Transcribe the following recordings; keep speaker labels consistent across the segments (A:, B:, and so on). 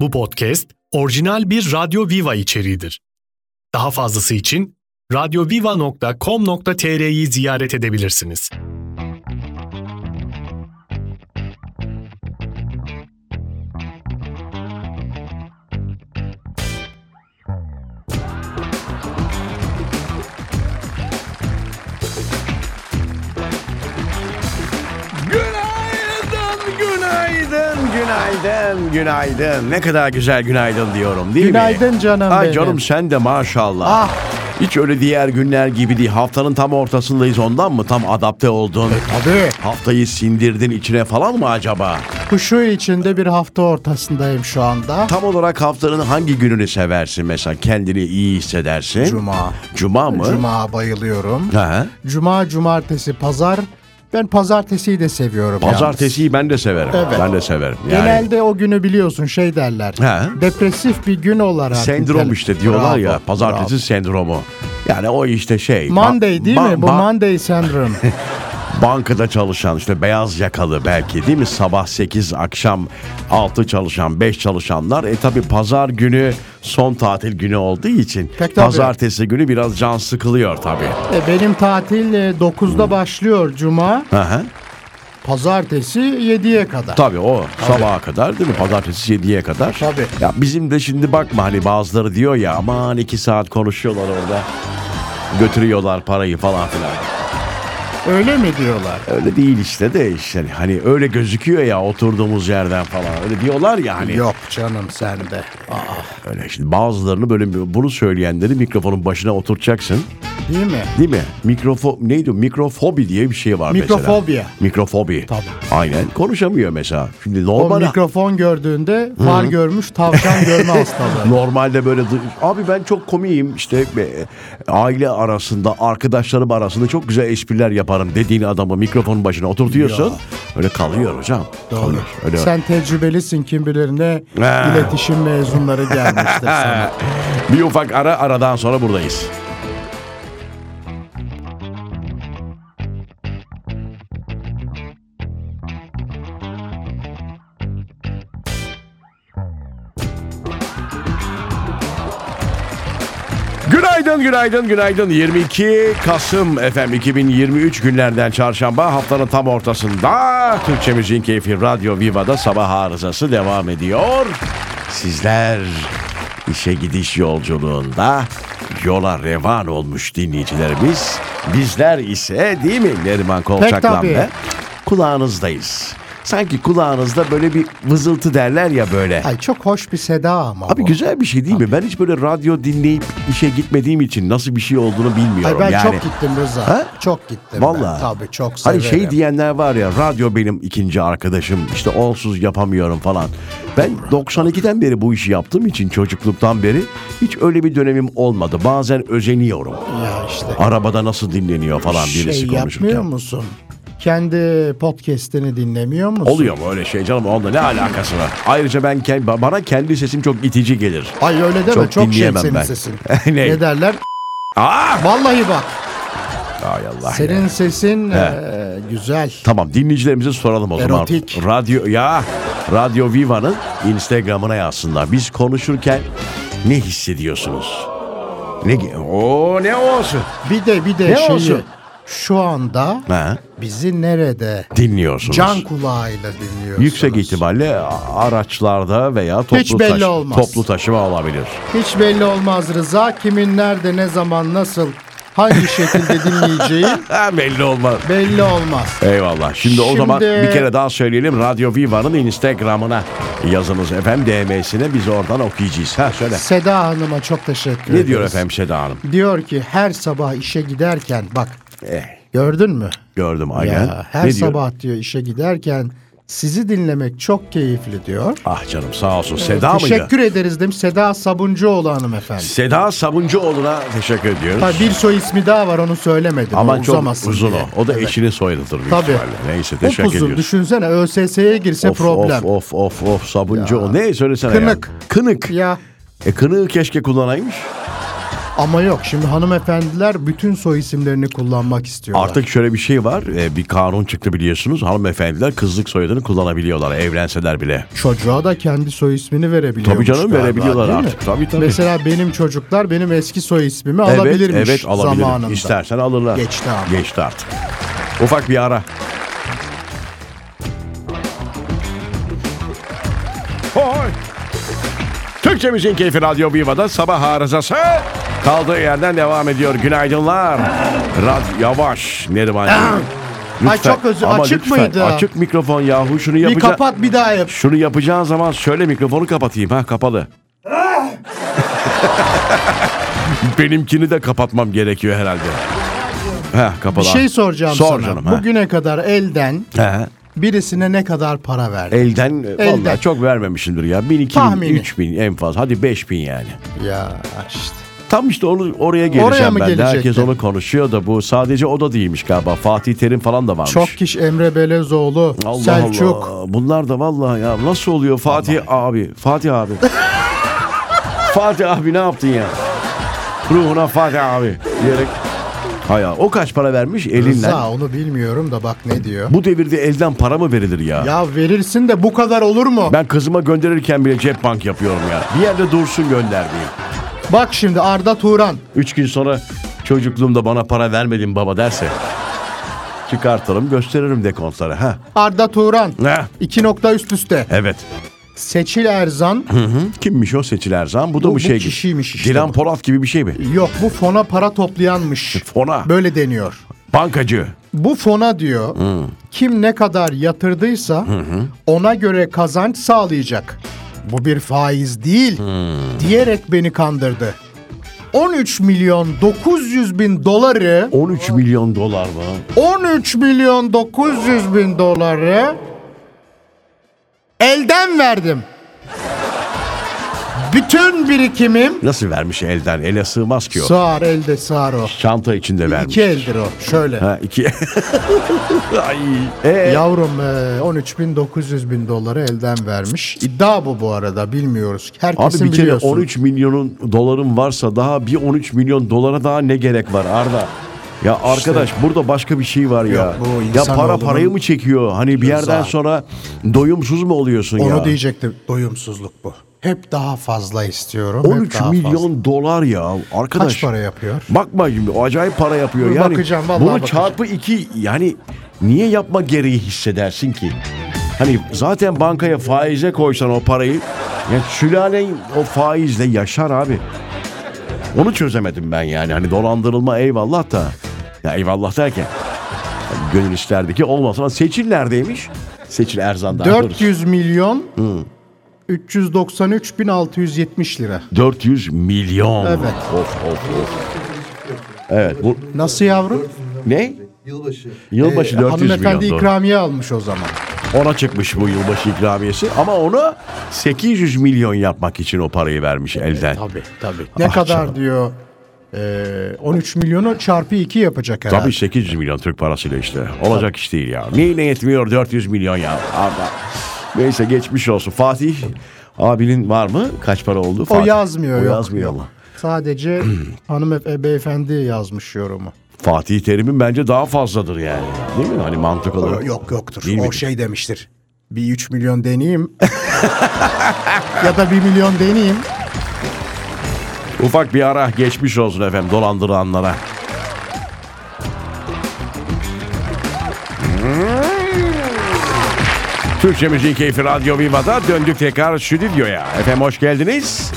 A: Bu podcast orijinal bir Radyo Viva içeriğidir. Daha fazlası için radyoviva.com.tr'yi ziyaret edebilirsiniz.
B: Günaydın, günaydın, günaydın, günaydın. Ne kadar güzel günaydın diyorum değil mi?
C: Günaydın canım
B: Ay
C: benim.
B: canım sen de maşallah.
C: Ah.
B: Hiç öyle diğer günler gibi değil. Haftanın tam ortasındayız ondan mı? Tam adapte
C: E,
B: oldun.
C: Abi
B: Haftayı sindirdin içine falan mı acaba?
C: kuşu içinde bir hafta ortasındayım şu anda.
B: Tam olarak haftanın hangi gününü seversin mesela? Kendini iyi hissedersin.
C: Cuma.
B: Cuma mı?
C: Cuma bayılıyorum.
B: Ha?
C: Cuma, cumartesi, pazar. Ben pazartesiyi de seviyorum
B: Pazartesiyi ben de severim.
C: Evet.
B: Ben de severim.
C: yalnız.
B: Yani
C: Genelde o günü biliyorsun şey derler.
B: He.
C: Depresif bir gün olarak.
B: sendrom
C: nitelik-
B: işte diyorlar ya.
C: Bravo,
B: Pazartesi
C: bravo.
B: sendromu. Yani o işte şey.
C: Monday
B: ba-
C: değil
B: ba-
C: mi? Bu
B: ba-
C: Monday sendrom.
B: Bankada çalışan işte beyaz yakalı belki değil mi? Sabah 8, akşam 6 çalışan, 5 çalışanlar. E tabi pazar günü son tatil günü olduğu için
C: Pek tabii.
B: pazartesi günü biraz can sıkılıyor tabi.
C: E, benim tatil e,
B: Hmm.
C: 9'da başlıyor cuma. Pazartesi 7'ye kadar.
B: Tabii o sabaha kadar değil mi? Pazartesi 7'ye kadar.
C: Tabii.
B: Ya bizim de şimdi bakma hani bazıları diyor ya aman 2 saat konuşuyorlar orada. Götürüyorlar parayı falan filan.
C: Öyle mi diyorlar?
B: Öyle değil işte de işte hani öyle gözüküyor ya oturduğumuz yerden falan. Öyle diyorlar ya hani.
C: Yok canım sende. Aa,
B: Öyle şimdi bazılarını böyle bunu söyleyenleri mikrofonun başına oturtacaksın.
C: değil mi?
B: Değil mi? Mikrofo neydi? o? Mikrofobi diye bir şey var mesela.
C: Mikrofobiya.
B: Mikrofobi.
C: Tabii.
B: Aynen. Konuşamıyor mesela. Şimdi
C: O
B: normal
C: mikrofon gördüğünde far görmüş tavşan görme hastalığı.
B: normalde böyle dı- abi ben çok komiyim işte e, aile arasında arkadaşlarım arasında çok güzel espriler yaparım dediğin adamı mikrofonun başına oturtuyorsun. Öyle kalıyor hocam. Kalıyor. Öyle
C: Sen tecrübelisin kim bilir ne
B: Ha.
C: iletişim mezunları gelmiştir sana.
B: Bir ufak ara aradan sonra buradayız. Günaydın, günaydın, günaydın. 22 Kasım efendim 2023 günlerden çarşamba haftanın tam ortasında Türkçe Müziğin Keyfi Radyo Viva'da sabah arızası devam ediyor. Sizler işe gidiş yolculuğunda yola revan olmuş dinleyicilerimiz. Bizler ise değil mi Neriman Kolçak'la
C: tabii.
B: ve kulağınızdayız. Sanki kulağınızda böyle bir vızıltı derler ya böyle.
C: Ay çok hoş bir seda ama
B: Abi
C: bu.
B: güzel bir şey değil mi? Ben hiç böyle radyo dinleyip işe gitmediğim için nasıl bir şey olduğunu bilmiyorum.
C: Ay ben
B: yani.
C: çok gittim Rıza.
B: Ha?
C: Çok gittim
B: Vallahi.
C: ben. Tabii çok severim.
B: Hani şey diyenler var ya radyo benim ikinci arkadaşım işte onsuz yapamıyorum falan. Ben 92'den beri bu işi yaptığım için çocukluktan beri hiç öyle bir dönemim olmadı. Bazen özeniyorum.
C: Ya işte.
B: Arabada nasıl dinleniyor falan birisi
C: şey yapmıyor
B: konuşurken.
C: musun? Kendi podcast'ini dinlemiyor musun?
B: Oluyor mu öyle şey canım onunla ne alakası var? Ayrıca ben kend- bana kendi sesim çok itici gelir.
C: Ay öyle deme
B: Çok
C: çok, şey
B: dinleyemem
C: senin
B: ben.
C: sesin.
B: Ne?
C: derler?
B: Aa!
C: Vallahi bak
B: Ay Ah! Allah ya.
C: senin sesin e, güzel.
B: Tamam dinleyicilerimize soralım o zaman.
C: Erotik.
B: Radyo ya Radyo Viva'nın Instagram'ına yazsınlar. Biz konuşurken ne hissediyorsunuz? Ne ge- o ne olsun?
C: Bir de bir de
B: Ne
C: şeyi
B: olsun?
C: şu anda
B: Ha?
C: bizi nerede
B: Dinliyorsunuz.
C: can kulağıyla dinliyorsunuz.
B: Yüksek ihtimalle a- araçlarda veya toplu,
C: Hiç belli
B: taşı-
C: olmaz.
B: toplu taşıma olabilir.
C: Hiç belli olmaz Rıza kimin nerede ne zaman nasıl hangi şekilde dinleyeceği
B: Ha, belli olmaz.
C: belli olmaz.
B: Eyvallah. Şimdi, o
C: Şimdi-
B: zaman bir kere daha söyleyelim. Radyo Viva'nın Instagram'ına yazınız efendim DM'sine biz oradan okuyacağız. Ha söyle.
C: Seda Hanım'a çok teşekkür
B: Ne
C: ederiz.
B: diyor efendim Seda Hanım?
C: Diyor ki her sabah işe giderken bak
B: Eh,
C: gördün mü?
B: gördüm aynen.
C: Ya, her
B: Ne diyor?
C: sabah diyor işe giderken sizi dinlemek çok keyifli diyor.
B: Ah canım sağ olsun. Seda mıydı?
C: Teşekkür ederiz demiş Seda Sabuncuoğlu hanımefendi.
B: Seda Sabuncuoğlu'na teşekkür ediyoruz.
C: Ha, bir soy ismi daha var onu söylemedim.
B: Ama
C: O
B: çok
C: uzamasın
B: uzun
C: diye.
B: o. O da eşinin soyadıdır büyük
C: Tabii.
B: ihtimalle. Neyse teşekkür
C: Upuzun.
B: ediyoruz.
C: Düşünsene ÖSS'ye girse
B: Of,
C: problem.
B: Of of of of Sabuncuoğlu. Ne söylesene ya.
C: Kınık.
B: Kınık.
C: Ya
B: E kınığı keşke kullanaymış.
C: Ama yok şimdi hanımefendiler bütün soy isimlerini kullanmak istiyorlar.
B: Artık şöyle bir şey var. e, bir kanun çıktı biliyorsunuz. Hanımefendiler kızlık soyadını kullanabiliyorlar evlenseler bile.
C: Çocuğa da kendi soy ismini verebiliyorlar.
B: Tabii canım, verebiliyorlar artık. Tabii, tabii.
C: Mesela benim çocuklar benim eski soy ismimi alabilirmiş
B: evet alabilir.
C: zamanında.
B: İstersen alırlar.
C: Geçti ama.
B: Geçti artık. Ufak bir ara. Hoy! Türkçemizin keyfi Radyo Viva'da sabah arızası kaldığı yerden devam ediyor. Günaydınlar. Rad yavaş Neriman.
C: Ah! Ay çok özür- açık mıydı?
B: Açık mikrofon yahu şunu
C: Bir
B: yapacağım.
C: kapat bir daha yap.
B: Şunu yapacağın zaman şöyle mikrofonu kapatayım ha kapalı. Benimkini de kapatmam gerekiyor herhalde. Ha kapalı.
C: Bir şey soracağım
B: Sor
C: sana.
B: canım. Bugün...
C: Bugüne kadar elden birisine ne kadar para verdin?
B: Elden, e,
C: Elden.
B: vallahi çok vermemişimdir ya. 1000 2000
C: Tahmini.
B: 3000 en fazla. Hadi 5000 yani.
C: ya işte.
B: Tam işte onu oraya geleceğim
C: Oraya mı
B: ben de. Herkes
C: gelecektin?
B: onu konuşuyor da bu sadece o da değilmiş galiba. Fatih Terim falan da varmış.
C: Çok kişi Emre Belezoğlu,
B: Allah
C: Selçuk.
B: Allah. Bunlar da vallahi ya nasıl oluyor Fatih abi? Fatih abi. Fatih abi ne yaptın ya? Ruhuna Fatih abi diyerek. Haya o kaç para vermiş elinden?
C: Rıza onu bilmiyorum da bak ne diyor.
B: Bu devirde elden para mı verilir ya?
C: Ya verirsin de bu kadar olur mu?
B: Ben kızıma gönderirken bile cep bank yapıyorum ya. Bir yerde dursun gönderdiğim.
C: Bak şimdi Arda Turan.
B: Üç gün sonra çocukluğumda bana para vermedin baba derse. Çıkartırım gösteririm dekontları. Ha.
C: Arda Turan.
B: Ha.
C: İki nokta üst üste.
B: Evet.
C: Seçil Erzan.
B: Kimmiş o Seçil Erzan? Bu da
C: Bu-
B: mı
C: bu
B: şey? gibi?
C: kişiymiş işte
B: Dilan
C: bu.
B: Polat gibi bir şey mi?
C: Yok bu fona para toplayanmış.
B: Fona.
C: Böyle deniyor.
B: Bankacı.
C: Bu fona diyor kim ne kadar yatırdıysa ona göre kazanç sağlayacak. Bu bir faiz değil diyerek beni kandırdı. 13 milyon 900 bin doları
B: 13 milyon dolar mı?
C: 13 milyon 900 bin doları elden verdim. Bütün birikimim
B: Nasıl vermiş elden? Ele sığmaz ki o.
C: sağır elde sağır o.
B: Çanta içinde vermiş.
C: İki eldir o şöyle.
B: Ha iki. Ay.
C: e,
B: Ee,
C: Yavrum e, 13 bin 900 bin doları elden vermiş. İddia bu bu arada bilmiyoruz.
B: Abi
C: Herkesin
B: bir kere
C: biliyorsun.
B: 13 milyonun doların varsa daha bir 13 milyon dolara daha ne gerek var Arda? Ya arkadaş burada başka bir şey var ya.
C: Yok, bu
B: ya
C: insanoğlunun-
B: para parayı mı çekiyor? Hani bir yerden sonra doyumsuz mu oluyorsun
C: Onu
B: ya?
C: diyecektim. Doyumsuzluk bu. Hep daha fazla istiyorum. hep
B: 13
C: daha
B: milyon
C: fazla.
B: dolar ya arkadaş.
C: Kaç para yapıyor?
B: Bakma şimdi o acayip para yapıyor.
C: Dur
B: yani
C: bakacağım, vallahi
B: bunu
C: bakacağım.
B: çarpı iki yani niye yapma gereği hissedersin ki? Hani zaten bankaya faize koysan o parayı ya sülalen o faizle yaşar abi. Onu çözemedim ben yani. Hani dolandırılma eyvallah da. Ya eyvallah derken. hani Gönül isterdi ki olmasın. Ama Seçil neredeymiş? Seçil Erzan'da.
C: 400 milyon 393 bin 670 lira.
B: 400 milyon.
C: Evet.
B: Of of of. Evet bu
C: Nasıl yavrum?
B: ne?
D: Yılbaşı.
B: Yılbaşı 400
C: E,
B: milyon
C: hanımefendi
B: dolar.
C: ikramiye almış o zaman.
B: Ona çıkmış bu yılbaşı ikramiyesi ama ona 800 milyon yapmak için o parayı vermiş elden.
C: Tabii tabii. Ne
B: Ah
C: kadar
B: canım.
C: diyor? e, 13 milyonu çarpı 2 yapacak herhalde.
B: Tabii 800 milyon Türk parasıyla işte. Olacak iş değil ya. Neyine yetmiyor 400 milyon ya. Arda. Neyse geçmiş olsun. Fatih abinin var mı? Kaç para oldu?
C: O
B: Fatih-
C: yazmıyor
B: O
C: yok.
B: yazmıyor ama.
C: Sadece hanımefendi beyefendi yazmış yorumu.
B: Fatih Terim'in bence daha fazladır yani. Değil mi? Hani mantık olarak.
C: Yok yoktur.
B: Değil
C: o
B: mi?
C: şey demiştir. Bir 3 milyon deneyeyim. ya da 1 milyon deneyeyim.
B: Ufak bir ara geçmiş olsun efendim dolandıranlara. Türkçe Müziğin Keyfi Radyo Viva'da döndük tekrar stüdyoya. Efendim hoş geldiniz.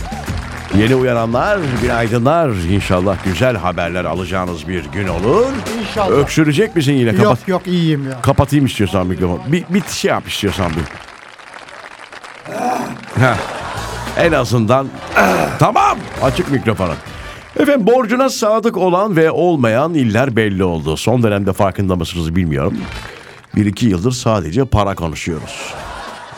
B: Yeni uyananlar, günaydınlar. İnşallah güzel haberler alacağınız bir gün olur.
C: İnşallah.
B: Öksürecek misin yine? E, Kapat,
C: Yok yok iyiyim ya.
B: kapatayım istiyorsan mikrofonu. Bir, bir şey yap istiyorsan bir. Heh. En azından tamam açık mikrofonu. Efendim borcuna sadık olan ve olmayan iller belli oldu. Son dönemde farkında mısınız bilmiyorum. Bir iki yıldır sadece para konuşuyoruz.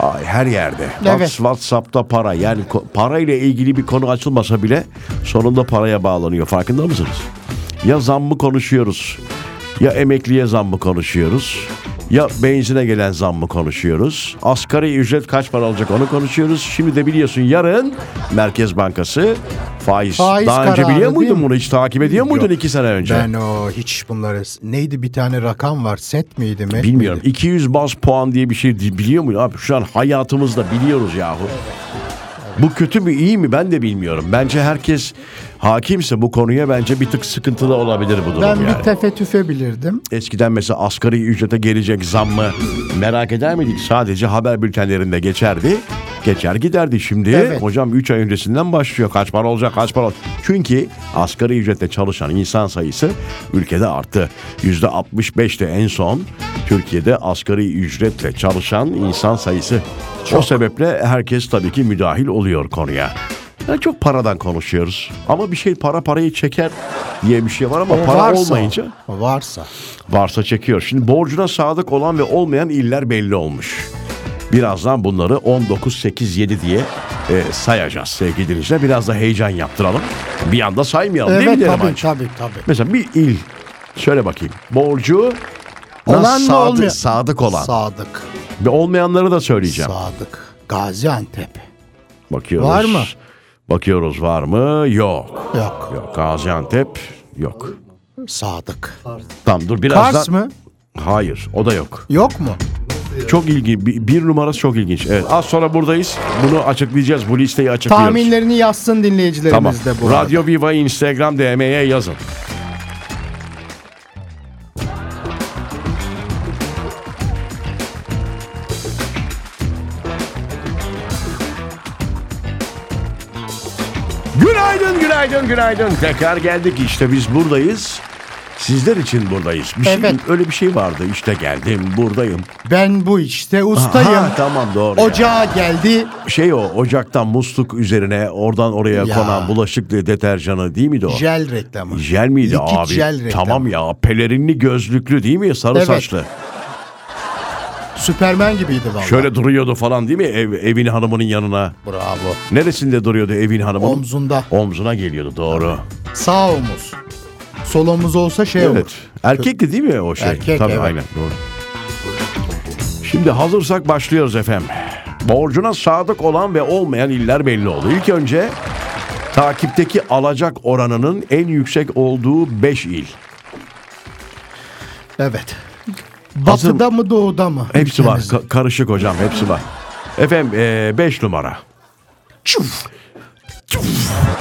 B: Ay her yerde. Whats-
C: Evet.
B: WhatsApp'ta para yani ko- parayla ilgili bir konu açılmasa bile sonunda paraya bağlanıyor. Farkında mısınız? Ya zam mı konuşuyoruz? Ya emekliye zam mı konuşuyoruz? Ya benzine gelen zammı konuşuyoruz. Asgari ücret kaç para olacak onu konuşuyoruz. Şimdi de biliyorsun yarın Merkez Bankası faiz.
C: Faiz
B: Daha önce
C: kararı
B: biliyor
C: değil
B: muydun
C: mi?
B: bunu hiç takip ediyor muydun
C: Yok.
B: iki sene önce?
C: Ben o hiç bunları neydi bir tane rakam var set miydi mi?
B: Bilmiyorum. 200 baz puan diye bir şey di- biliyor muyuz? Abi şu an hayatımızda biliyoruz yahu. Bu kötü mü iyi mi ben de bilmiyorum. Bence herkes hakimse bu konuya bence bir tık sıkıntılı olabilir bu durum
C: Ben
B: yani.
C: bir tefetüfe bilirdim.
B: Eskiden mesela asgari ücrete gelecek zammı merak eder miydik? Sadece haber bültenlerinde geçerdi. Geçer giderdi şimdi.
C: Evet.
B: Hocam 3 ay öncesinden başlıyor. Kaç para olacak kaç para olacak. Çünkü asgari ücretle çalışan insan sayısı ülkede arttı. %65'te en son Türkiye'de asgari ücretle çalışan insan sayısı. O sebeple herkes tabii ki müdahil oluyor konuya. Yani çok paradan konuşuyoruz. Ama bir şey para parayı çeker diye bir şey var ama para
C: E, varsa,
B: olmayınca
C: Varsa.
B: varsa çekiyor. Şimdi borcuna sadık olan ve olmayan iller belli olmuş. Birazdan bunları 19, 8, 7 diye e, sayacağız sevgili dinleyiciler. Biraz da heyecan yaptıralım. Bir anda saymayalım değil mi
C: Evet
B: Derim
C: tabii,
B: Ayça?
C: tabii tabii.
B: Mesela bir il. Şöyle bakayım. Borcu
C: Olan mı,
B: sadık,
C: olmayan-
B: sadık olan.
C: Sadık.
B: ve olmayanları da söyleyeceğim.
C: Sadık. Gaziantep.
B: Bakıyoruz.
C: Var mı?
B: Bakıyoruz var mı? Yok.
C: Yok.
B: Yok. Gaziantep yok.
C: Sadık.
B: Tamam dur biraz
C: Kars
B: daha-
C: mı?
B: Hayır o da yok.
C: Yok mu?
B: Çok ilginç. Bir, bir numarası çok ilginç. Evet. Az sonra buradayız. Bunu açıklayacağız. Bu listeyi açıklıyoruz.
C: Tahminlerini yazsın
B: Tamam.
C: dinleyicilerimiz de bu. arada.
B: Radyo Viva Instagram DM'ye yazın. Günaydın, günaydın, günaydın. Tekrar geldik. İşte biz buradayız. Sizler için buradayız. Bir şey,
C: Evet.
B: Öyle bir şey vardı. İşte geldim, buradayım.
C: Ben bu işte ustayım.
B: Ha, tamam doğru. ya.
C: Ocağa geldi.
B: Şey o ocaktan musluk üzerine oradan oraya
C: Ya.
B: konan bulaşıklı deterjanı değil miydi o?
C: Jel reklamı.
B: Jel miydi
C: Likit
B: abi?
C: jel reklamı.
B: tamam ya pelerinli gözlüklü değil mi sarı
C: Evet.
B: saçlı?
C: Süpermen gibiydi valla.
B: Şöyle duruyordu falan değil mi ev, evin hanımının yanına?
C: Bravo.
B: Neresinde duruyordu evin hanımının?
C: Omzunda.
B: Omzuna geliyordu doğru.
C: Sağ omuz. Sol omuz olsa şey
B: Evet.
C: olur.
B: Erkekti değil mi o şey?
C: Erkek,
B: Tabii
C: evet.
B: aynen doğru. Şimdi hazırsak başlıyoruz efendim. Borcuna sadık olan ve olmayan iller belli oldu. İlk önce takipteki alacak oranının en yüksek olduğu 5 il.
C: Evet.
B: Hazır-
C: Batıda mı doğuda mı?
B: Hepsi var.
C: Ülkemizde.
B: Ka- karışık hocam hepsi var. Efendim 5 numara.
C: Çuf.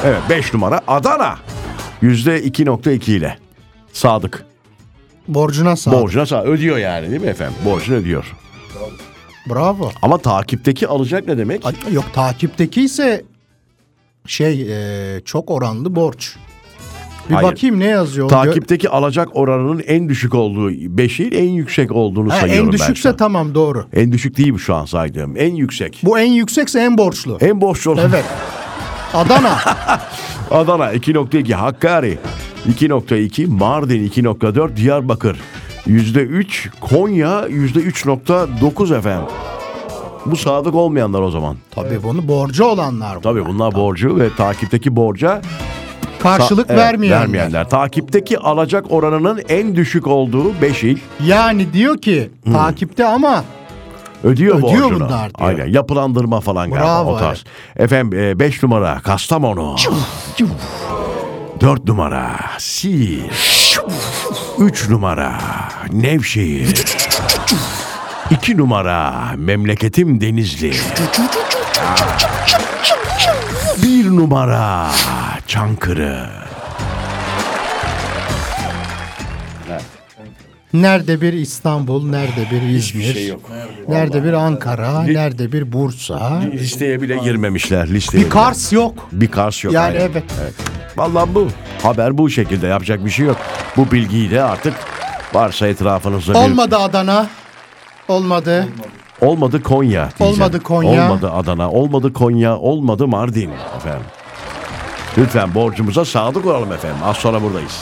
B: Evet 5 numara Adana. %2.2 ile. Sadık.
C: Borcuna sağ.
B: Borcuna sadık. Ödüyor yani değil mi efendim? Borcunu ödüyor.
C: Bravo.
B: Ama takipteki alacak ne demek?
C: Ay- Yok takipteki ise şey e, çok oranlı borç. Bir
B: Hayır.
C: bakayım ne yazıyor.
B: Takipteki alacak oranının en düşük olduğu 5 il en yüksek olduğunu
C: Ha,
B: sayıyorum
C: en
B: ben. şu
C: düşükse
B: an.
C: tamam doğru.
B: En düşük değil bu şu an saydığım. En yüksek.
C: Bu en yüksekse en borçlu.
B: En borçlu olan
C: Evet. Adana.
B: Adana 2.2, Hakkari 2.2, Mardin 2.4, Diyarbakır %3, Konya %3.9 efendim. Bu sadık olmayanlar o zaman.
C: Tabii bunu borcu olanlar. bu.
B: Tabii bunlar borcu ve takipteki borca
C: Karşılık
B: evet,
C: vermeyenler.
B: vermeyenler. Takipteki alacak oranının en düşük olduğu 5 il.
C: Yani diyor ki takipte ama
B: Ödüyor,
C: Ödüyor
B: borcunu.
C: bunlar diyor.
B: Aynen yapılandırma falan galiba
C: Bravo,
B: o tarz. Efendim 5 numara Kastamonu. 4 numara Siirt. 3 numara Nevşehir. 2 numara memleketim Denizli. 1 numara Çankırı.
C: nerede bir İstanbul, nerede bir İzmir, nerede bir Ankara, nerede bir Bursa.
B: Listeye bile girmemişler listeye.
C: Bir Kars yok.
B: bir Kars yok.
C: Yani
B: aynen.
C: evet.
B: Vallahi bu. Haber bu şekilde. Yapacak bir şey yok. Bu bilgiyi de artık varsa etrafınızda bir...
C: Olmadı Adana. Olmadı.
B: Olmadı Konya diyeceğim.
C: Olmadı Konya.
B: Olmadı Adana. Olmadı Konya. Olmadı Mardin efendim. Lütfen borcumuza sadık olalım efendim. Az sonra buradayız.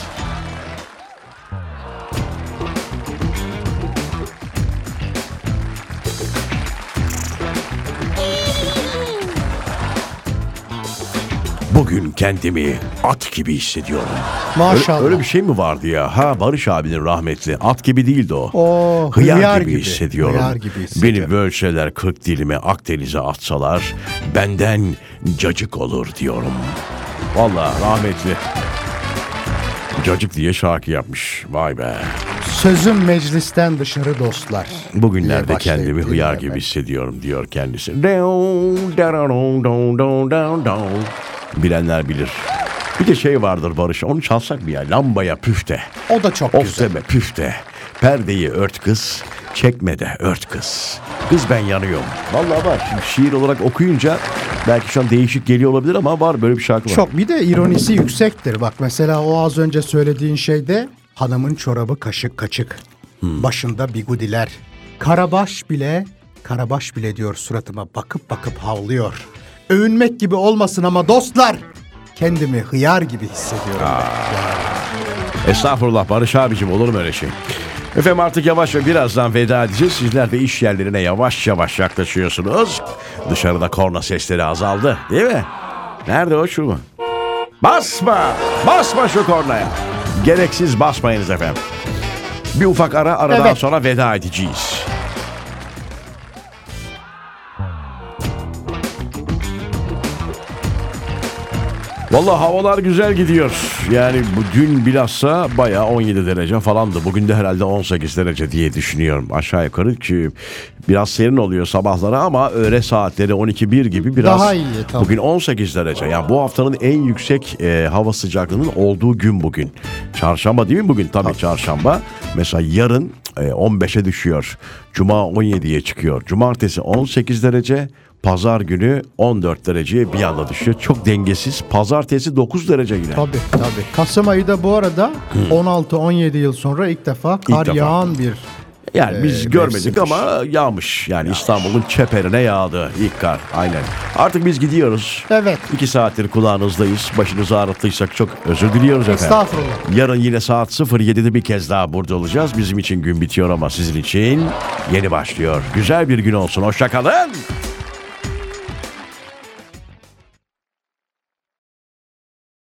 B: Bugün kendimi at gibi hissediyorum.
C: Maşallah.
B: Öyle, öyle bir şey mi vardı ya? Ha Barış abinin rahmetli. At gibi değildi o.
C: Oo,
B: hıyar,
C: hıyar
B: gibi,
C: gibi,
B: hissediyorum.
C: hıyar gibi hissediyorum.
B: Beni bölseler 40 dilime Akdeniz'e atsalar benden cacık olur diyorum. Vallahi rahmetli. Cacık diye şarkı yapmış. Vay be.
C: Sözüm meclisten dışarı dostlar.
B: şey. Bugünlerde
C: diye başlayıp
B: kendimi hıyar
C: dinlemek.
B: gibi hissediyorum diyor kendisi. Down, down, down, down, down, down. Bilenler bilir. Bir de şey vardır Barış onu çalsak mı ya? Lambaya püfte.
C: O da çok
B: Of
C: güzel.
B: deme püfte. Perdeyi ört kız. Çekme de ört kız. Kız ben yanıyorum. Vallahi var. Şimdi şiir olarak okuyunca belki şu an değişik geliyor olabilir ama var böyle bir şarkı var.
C: Çok bir de ironisi yüksektir. Bak mesela o az önce söylediğin şeyde hanımın çorabı kaşık kaçık.
B: Hmm.
C: Başında bigudiler. Karabaş bile, karabaş bile diyor suratıma bakıp bakıp havlıyor. Övünmek gibi olmasın ama dostlar kendimi hıyar gibi hissediyorum.
B: Ah. Estağfurullah Barış abicim olur mu öyle şey? Efendim artık yavaş ve birazdan veda edeceğiz. Sizler de iş yerlerine yavaş yavaş yaklaşıyorsunuz. Dışarıda korna sesleri azaldı değil mi? Nerede o şu mu? Basma! Basma şu kornaya! Gereksiz basmayınız efendim. Bir ufak ara aradan
C: Evet.
B: sonra veda edeceğiz. Vallahi havalar güzel gidiyor. Yani bu dün bilhassa bayağı 17 derece falandı. Bugün de herhalde 18 derece diye düşünüyorum aşağı yukarı ki biraz serin oluyor sabahları ama öğle saatleri 12-1 gibi biraz
C: Daha iyi, tabii.
B: Bugün 18 derece. Yani bu haftanın en yüksek e, hava sıcaklığının olduğu gün bugün. Çarşamba değil mi bugün? Tabii çarşamba. Mesela yarın e, 15'e düşüyor. Cuma 17'ye çıkıyor. Cumartesi 18 derece. Pazar günü 14 dereceye bir anda düşüyor. Çok dengesiz. Pazartesi 9 derece yine.
C: Tabii tabii. Kasım ayı da bu arada 16-17 yıl sonra ilk defa kar
B: Hmm. defa.
C: yağan bir
B: Yani biz
C: Ee,
B: görmedik
C: mevsimmiş.
B: ama yağmış. Yani İstanbul'un çeperine yağdı ilk kar. Aynen. Artık biz gidiyoruz.
C: Evet.
B: İki saattir kulağınızdayız. Başınızı ağrıttıysak çok özür diliyoruz efendim.
C: Estağfurullah.
B: Yarın yine saat 07'de bir kez daha burada olacağız. Bizim için gün bitiyor ama sizin için yeni başlıyor. Güzel bir gün olsun. Hoşçakalın.